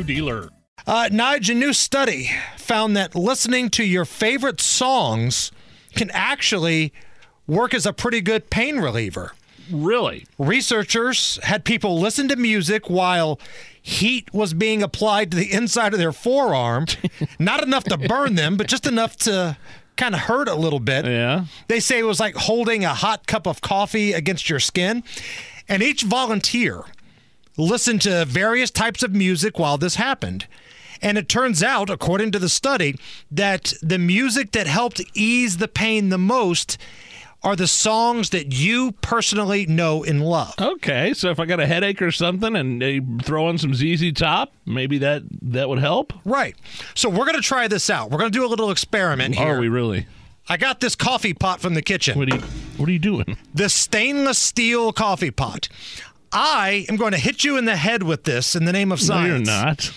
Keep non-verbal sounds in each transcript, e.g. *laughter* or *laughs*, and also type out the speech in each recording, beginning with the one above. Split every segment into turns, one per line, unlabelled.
dealer.
Uh, Nige, a new study found that listening to your favorite songs can actually work as a pretty good pain reliever.
Really?
Researchers had people listen to music while heat was being applied to the inside of their forearm, not enough to burn them, but just enough to kind of hurt a little bit.
Yeah.
They say it was like holding a hot cup of coffee against your skin. And each volunteer listened to various types of music while this happened. And it turns out, according to the study, that the music that helped ease the pain the most are the songs that you personally know and love.
Okay, so if I got a headache or something and they throw on some ZZ Top, maybe that that would help.
Right. So we're going to try this out. We're going to do a little experiment here.
Are we really?
I got this coffee pot from the kitchen.
What are you What are you doing?
the stainless steel coffee pot. I am going to hit you in the head with this in the name of
No,
science.
you're not.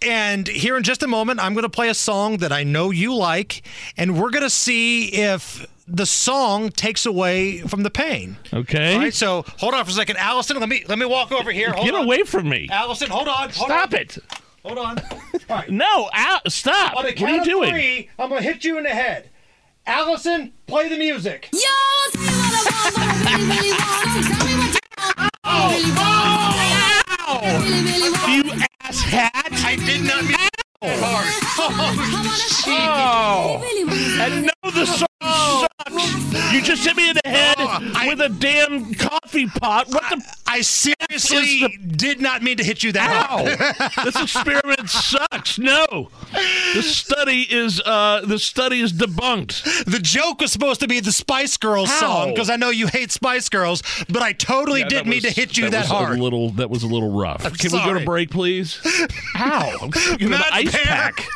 And here in just a moment, I'm going to play a song that I know you like, and we're going to see if the song takes away from the pain.
Okay.
All right. So hold on for a second, Allison. Let me let me walk over here. Hold
Get
on.
away from me!
Allison. Hold on. Hold
Stop
on.
it!
Hold
*laughs*
on. All right.
No, out! Stop!
On the
What
count
are you
of
doing?
three, I'm going to hit you in the head. Allison, play the music.
Yo, say what I want, what I really, really want. So tell me what you want. Oh, really want. Say I really, really want.
You ass hat! I did not mean
I wanna- really wanna-
And no, the song sucks. You just hit me in the head with a damn coffee pot. What
*laughs*
the?
I seriously
That is
did not mean to hit you that hard. *laughs*
Ow! this experiment sucks. No, this study is uh, the study is debunked.
The joke was supposed to be the Spice Girls
How?
song because I know you hate Spice Girls, but I totally didn't mean to hit you that,
was
hard.
A little, that was a little rough. Can we go
sorry.
to break, please?
Ow.
I'm thinking of
Not
ice
fair.
pack.